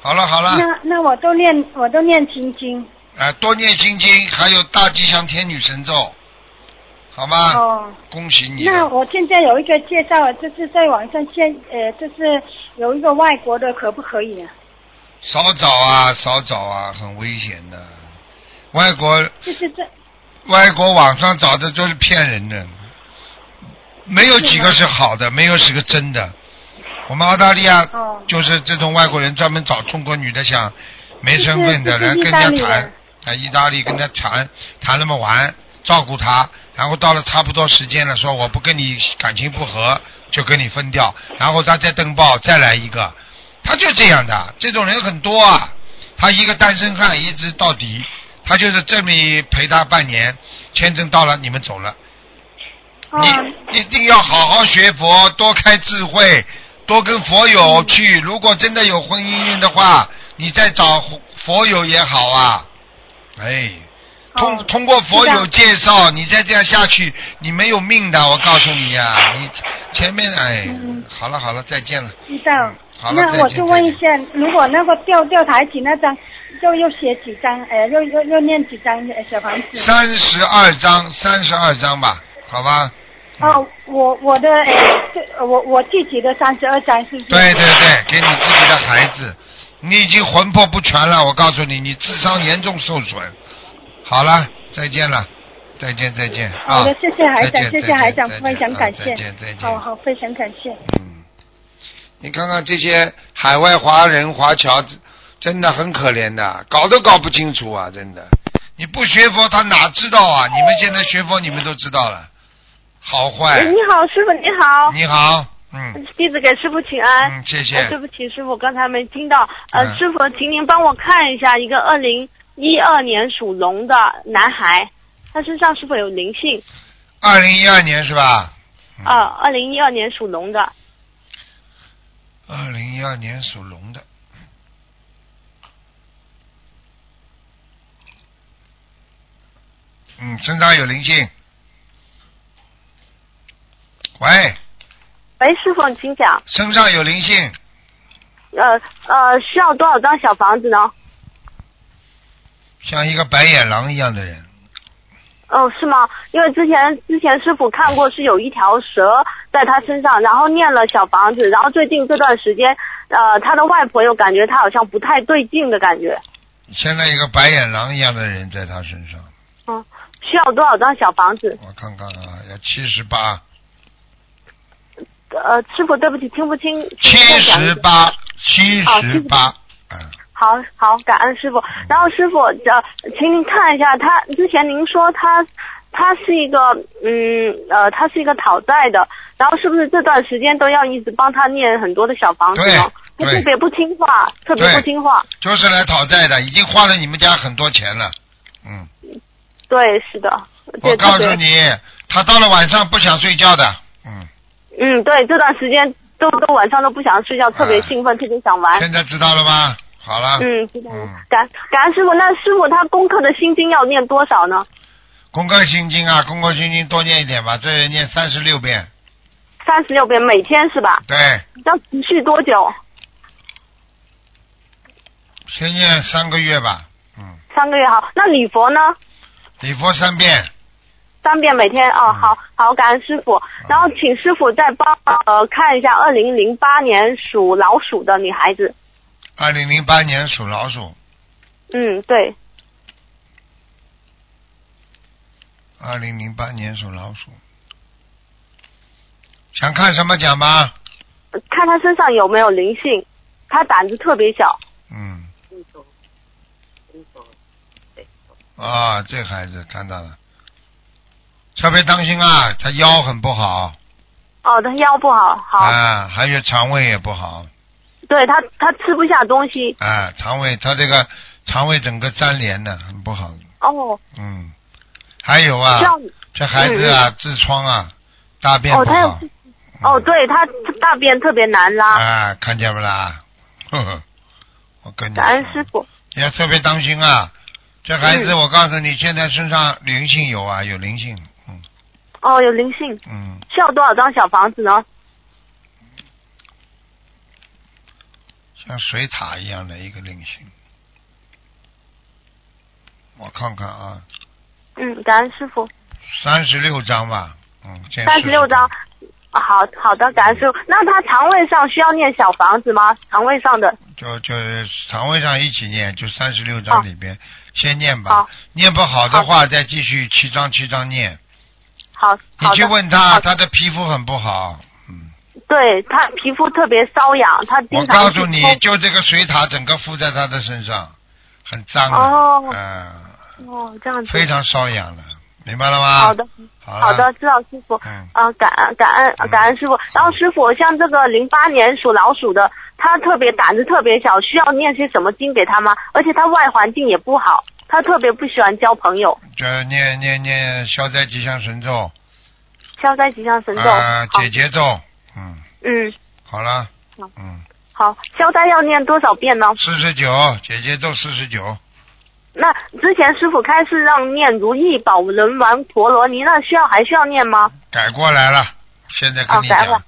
Speaker 1: 好了，好了，
Speaker 5: 那那我都念我都念心经
Speaker 1: 啊，多念心经，还有大吉祥天女神咒，好吗？
Speaker 5: 哦。
Speaker 1: 恭喜啊你了。
Speaker 5: 那我现在有一个介绍啊，就是在网上现呃，就是有一个外国的，可不可以啊？
Speaker 1: 少找啊，少找啊，很危险的。外国
Speaker 5: 就是这
Speaker 1: 外国网上找的都是骗人的，没有几个是好的，没有几个真的。我们澳大利亚
Speaker 5: 哦，
Speaker 1: 就是这种外国人专门找中国女的，想没身份的
Speaker 5: 就是
Speaker 1: 来
Speaker 5: 就
Speaker 1: 跟人
Speaker 5: 是意
Speaker 1: 家
Speaker 5: 大利
Speaker 1: 谈
Speaker 5: 人，
Speaker 1: 在意大利跟他谈谈那么玩，照顾他，然后到了差不多时间了，说我不跟你感情不和，就跟你分掉，然后他再登报再来一个，他就这样的，这种人很多啊。他一个单身汉一直到底，他就是这么一陪他半年，签证到了你们走了。
Speaker 5: 哦，
Speaker 1: 你一定要好好学佛，多开智慧，多跟佛友
Speaker 5: 嗯
Speaker 1: 去。如果真的有婚姻运的话，你再找佛友也好啊。哎，通
Speaker 5: 哦
Speaker 1: 通过佛
Speaker 5: 是
Speaker 1: 友
Speaker 5: 的
Speaker 1: 介绍，你再这样下去，你没有命的，我告诉你呀、你前面哎，
Speaker 5: 嗯
Speaker 1: 好了好了，再见了。
Speaker 5: 知道
Speaker 1: 嗯。好了再见
Speaker 5: 那我就问一
Speaker 1: 再
Speaker 5: 下，如果那个调调台起那张，就又写几张，呃，又又又念几张呃小房子？
Speaker 1: 三十二章，三十二章吧，好吧？
Speaker 5: 哦，我我的呃，这呃我我自己的三十二张是不是？
Speaker 1: 对对对，给你自己的孩子，你已经魂魄不全了，我告诉你，你智商严重受损。好了，再见了，再见再见啊！
Speaker 5: 好的，谢谢海
Speaker 1: 再见
Speaker 5: 长，谢谢海长，
Speaker 1: 再见啊
Speaker 5: 非常感
Speaker 1: 再
Speaker 5: 谢
Speaker 1: 见再。见。
Speaker 5: 好好，非常感谢。
Speaker 1: 嗯，你看看这些海外华人华侨，真的很可怜的，搞都搞不清楚啊！真的，你不学佛，他哪知道啊？你们现在学佛，你们都知道了，好坏。
Speaker 6: 哎你好，师傅你好。
Speaker 1: 你好，嗯
Speaker 6: 弟子给师傅请安。
Speaker 1: 嗯，谢谢。
Speaker 6: 呃对不起，师傅，刚才没听到。呃，
Speaker 1: 嗯
Speaker 6: 师傅，请您帮我看一下一个二零一二年属龙的男孩，他身上是否有灵性？
Speaker 1: 二零一二年是吧？嗯
Speaker 6: 啊，二零一二年属龙的，
Speaker 1: 二零一二年属龙的。嗯，身上有灵性。喂，
Speaker 6: 喂，师傅，请讲。
Speaker 1: 身上有灵性，
Speaker 6: 呃呃，需要多少张小房子呢？
Speaker 1: 像一个白眼狼一样的人。
Speaker 6: 哦，是吗？因为之前之前师傅看过是有一条蛇在他身上，然后念了小房子，然后最近这段时间，呃，他的外婆又感觉他好像不太对劲的感觉。
Speaker 1: 现在一个白眼狼一样的人在他身上，
Speaker 6: 嗯，需要多少张小房子？
Speaker 1: 我看看啊，要七十八，
Speaker 6: 呃，师傅，对不起，听不清。
Speaker 1: 七
Speaker 6: 请再讲一哦
Speaker 1: 十
Speaker 6: 遍
Speaker 1: 八，七十八，嗯，
Speaker 6: 好好，感恩师傅。然后师傅，呃，请您看一下，他之前您说他他是一个嗯呃，他是一个讨债的，然后是不是这段时间都要一直帮他念很多的小房子呢？
Speaker 1: 对对
Speaker 6: 他特别不听话，特别不
Speaker 1: 对
Speaker 6: 听话。
Speaker 1: 就是来讨债的，已经花了你们家很多钱了，嗯，
Speaker 6: 对，是的。
Speaker 1: 我
Speaker 6: 对
Speaker 1: 告
Speaker 6: 特别
Speaker 1: 诉你，他到了晚上不想睡觉的，嗯，
Speaker 6: 嗯，对，这段时间都都晚上都不想睡
Speaker 1: 啊
Speaker 6: 觉，特别兴奋，特别想玩。
Speaker 1: 现在知道了吧？好了，
Speaker 6: 哎嗯，知道了
Speaker 1: 嗯。
Speaker 6: 感感恩师傅，那师傅他功课的心经要念多少呢？
Speaker 1: 功课心经啊，功课心经多念一点吧，这人念三十六遍，
Speaker 6: 三十六遍每天是吧？
Speaker 1: 对，
Speaker 6: 要持续多久？
Speaker 1: 先念三个月吧，嗯，
Speaker 6: 三个月好。那礼佛呢？
Speaker 1: 礼佛三遍，
Speaker 6: 三遍每天哦，好好，感恩师傅。然后请师傅再帮呃看一下，二零零八年属老鼠的女孩子，
Speaker 1: 二零零八年属老鼠，
Speaker 6: 嗯，对，
Speaker 1: 二零零八年属老鼠，想看什么讲吧？
Speaker 6: 看她身上有没有灵性，她胆子特别小，
Speaker 1: 嗯。啊，这孩子看到了，特别当心啊，他腰很不好，
Speaker 6: 哦，她腰不好，好，
Speaker 1: 啊，还有肠胃也不好，
Speaker 6: 对她她吃不下东西，
Speaker 1: 啊，肠胃他这个肠胃整个粘连的很不好，
Speaker 6: 哦，
Speaker 1: 嗯，还有啊
Speaker 6: 需，要
Speaker 1: 这孩子啊，痔疮啊，大便
Speaker 6: 嗯哦
Speaker 1: 不
Speaker 6: 他有
Speaker 1: 好，嗯
Speaker 6: 哦，对她大便特别难拉，
Speaker 1: 啊，看见不啦？ 呵呵，我跟你
Speaker 6: 感恩
Speaker 1: 说
Speaker 6: 师傅，
Speaker 1: 你要特别当心啊！这孩子，
Speaker 6: 嗯
Speaker 1: 我告诉你，现在身上灵性有啊，有灵性，嗯
Speaker 6: 哦，有灵性，
Speaker 1: 嗯，
Speaker 6: 需要多少张小房子呢？
Speaker 1: 像水塔一样的一个灵性。我看看啊，
Speaker 6: 嗯，感恩师傅。
Speaker 1: 三十六张吧，嗯，现在
Speaker 6: 三十六
Speaker 1: 40
Speaker 6: 张。啊好好的，感恩师傅。那他肠胃上需要念小房子吗？肠胃上的
Speaker 1: 就就肠胃上一起念，就三十六
Speaker 6: 哦
Speaker 1: 章里边、先念吧
Speaker 6: 好，
Speaker 1: 念不好的话再继续七章七章念。
Speaker 6: 好
Speaker 1: 你
Speaker 6: 好
Speaker 1: 去
Speaker 6: 的，
Speaker 1: 问他，
Speaker 6: 好的
Speaker 1: 他的皮肤很不好，嗯，
Speaker 6: 对他皮肤特别瘙痒，他经
Speaker 1: 我
Speaker 6: 常
Speaker 1: 告诉
Speaker 6: 去
Speaker 1: 你
Speaker 6: 抠，
Speaker 1: 就这个水塔整个附在他的身上，很脏的，
Speaker 6: 哦
Speaker 1: 嗯
Speaker 6: 哦，这样子
Speaker 1: 非常啊瘙痒的，明白了吗？
Speaker 6: 好，的
Speaker 1: 好
Speaker 6: 好
Speaker 1: 了，
Speaker 6: 的，知道师傅。
Speaker 1: 嗯，
Speaker 6: 啊，感恩感恩感恩师傅。然后师傅，像这个零八年属老鼠的，他特别胆子特别小，需要念些什么经给他吗？而且他外环境也不好，他特别不喜欢交朋友。
Speaker 1: 就念念念消灾吉祥神咒，
Speaker 6: 消灾吉祥神咒，
Speaker 1: 啊、
Speaker 6: 好
Speaker 1: 解，结咒，嗯，
Speaker 6: 嗯，
Speaker 1: 好了
Speaker 6: 好，
Speaker 1: 嗯，
Speaker 6: 好，消灾要念多少遍呢？
Speaker 1: 四十九，解结咒四十九，
Speaker 6: 那之前师傅开始让念如意宝轮王陀罗尼，那需要还需要念吗？
Speaker 1: 改过来了，现在
Speaker 6: 哦
Speaker 1: 跟你，
Speaker 6: 感
Speaker 1: 讲，
Speaker 6: 恩了。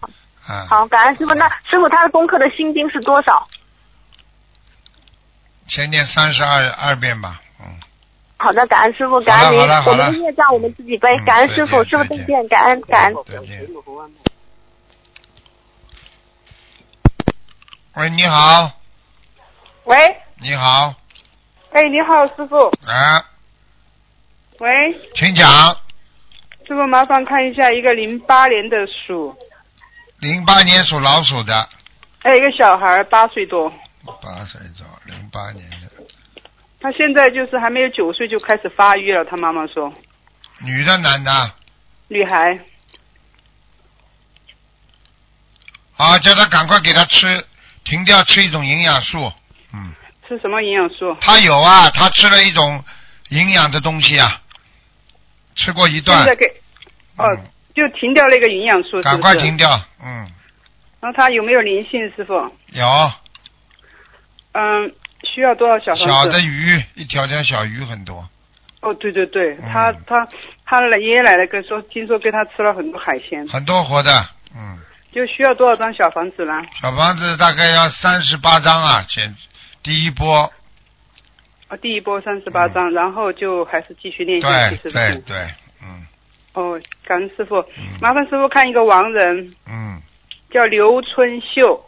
Speaker 1: 啊，
Speaker 6: 好，感恩师傅。那师傅他的功课的心经是多少？
Speaker 1: 先念三十二二遍吧，嗯，
Speaker 6: 好的，感恩师傅，感恩您
Speaker 1: 好了。好
Speaker 6: 我
Speaker 1: 了
Speaker 6: 们的业障我们自己背
Speaker 1: 嗯。
Speaker 6: 感恩师
Speaker 1: 再
Speaker 6: 傅，
Speaker 1: 见
Speaker 6: 师傅
Speaker 1: 再
Speaker 6: 再
Speaker 1: 见
Speaker 6: 见，感恩感恩。
Speaker 1: 再见。喂，你好，
Speaker 3: 喂，
Speaker 1: 你好，
Speaker 3: 哎，你好，师傅。
Speaker 1: 啊，
Speaker 3: 喂，
Speaker 1: 请讲。
Speaker 3: 师傅，麻烦看一下一个零八年的鼠，
Speaker 1: 零八年属老鼠的，
Speaker 3: 还
Speaker 7: 哎
Speaker 3: 有一个小孩八岁多，
Speaker 1: 八岁左右，零八年的，
Speaker 3: 他现在就是还没有九岁就开始发育了，他妈妈说，
Speaker 1: 女的男的
Speaker 3: 女孩。
Speaker 1: 啊，叫他赶快给他吃，停掉吃一种营养素，嗯，
Speaker 3: 吃什么营养素？
Speaker 1: 他有啊，他吃了一种营养的东西啊，吃过一段
Speaker 7: 现，在给哦、
Speaker 1: 嗯
Speaker 7: 就停掉那个营养素，是不是
Speaker 1: 赶快停。掉。嗯，
Speaker 7: 然后它有没有灵性，师傅？
Speaker 1: 有
Speaker 7: 嗯，需要多少小房
Speaker 1: 小
Speaker 7: 子？
Speaker 1: 的鱼，一条条小鱼很多。
Speaker 7: 哦，对对对，
Speaker 1: 嗯
Speaker 7: 他他他爷爷奶奶跟说，听说给他吃了很多海鲜，
Speaker 1: 很多活的，嗯，
Speaker 7: 就需要多少张小房子啦？
Speaker 1: 小房子大概要三十八张啊，先第一波，
Speaker 7: 啊，第一波三十八张，然后就还是继续练下去，
Speaker 1: 嗯对
Speaker 7: 是不
Speaker 1: 对
Speaker 7: 是？
Speaker 1: 对，嗯
Speaker 7: 哦，感恩师傅，
Speaker 1: 嗯
Speaker 7: 麻烦师傅看一个亡人，
Speaker 1: 嗯，
Speaker 7: 叫刘春秀，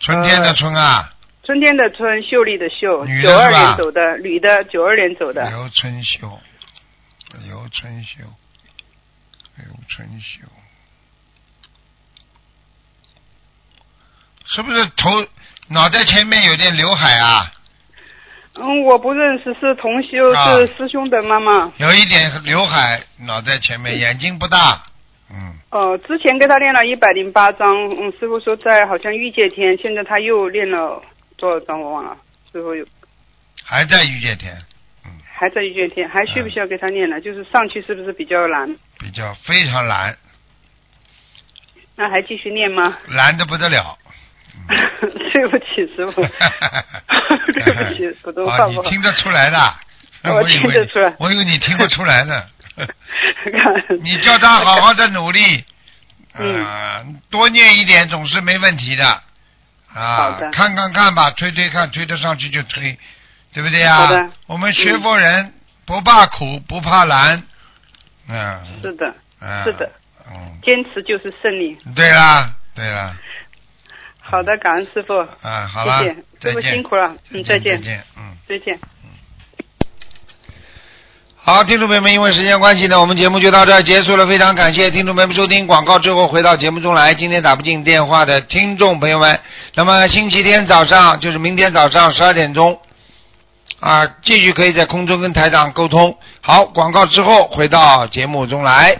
Speaker 1: 春天的春啊，
Speaker 7: 春天的春，秀丽的秀，
Speaker 1: 女的
Speaker 7: 九二
Speaker 1: 是吧
Speaker 7: 年走的，女的，九二年走的，
Speaker 1: 刘春秀，刘春秀，刘春秀，是不是头脑袋前面有点刘海啊？
Speaker 7: 嗯，我不认识，是同修，
Speaker 1: 啊
Speaker 7: 是师兄的妈妈。
Speaker 1: 有一点刘海，脑袋前面，眼睛不大，嗯，
Speaker 7: 哦、之前给他练了一百零八章，嗯，师傅说在好像御界天，现在他又练了多少章我忘了，师傅有
Speaker 1: 还在御界嗯天，
Speaker 7: 还在御界天，还需不需要给他练了？就是上去是不是比较难？
Speaker 1: 比较非常懒，
Speaker 7: 那还继续练吗？
Speaker 1: 懒的不得了。
Speaker 7: 对不起，师 傅， 对不起，普通
Speaker 1: 啊，
Speaker 7: 话
Speaker 1: 你
Speaker 7: 不好。
Speaker 1: 听得出来的？
Speaker 7: 我
Speaker 1: 以为
Speaker 7: 听得出来
Speaker 1: 我以为你听不出来呢。
Speaker 7: 感恩
Speaker 1: 你叫他好好的努力，
Speaker 7: 嗯
Speaker 1: 呃，多念一点总是没问题的。啊
Speaker 7: 好的，
Speaker 1: 看看看吧，推推看，推得上去就推，对不对呀、
Speaker 7: 好的嗯
Speaker 1: 我们学佛人不怕苦，不怕难，嗯，
Speaker 7: 是的，
Speaker 1: 嗯
Speaker 7: 是的，
Speaker 1: 嗯，
Speaker 7: 坚持就是胜利。
Speaker 1: 对啦，对啦，
Speaker 7: 好的，感恩师傅，
Speaker 1: 啊，好啦，
Speaker 7: 谢谢
Speaker 1: 再
Speaker 7: 师傅
Speaker 1: 见，
Speaker 7: 辛苦了，嗯，再
Speaker 1: 见，再，
Speaker 7: 见
Speaker 1: 见，嗯。
Speaker 7: 再见。
Speaker 1: 好，听众朋友们，因为时间关系呢，我们节目就到这儿结束了。非常感谢听众朋友们收听广告之后回到节目中来。今天打不进电话的听众朋友们，那么星期天早上，就是明天早上十二点钟，啊，继续可以在空中跟台长沟通。好，广告之后回到节目中来。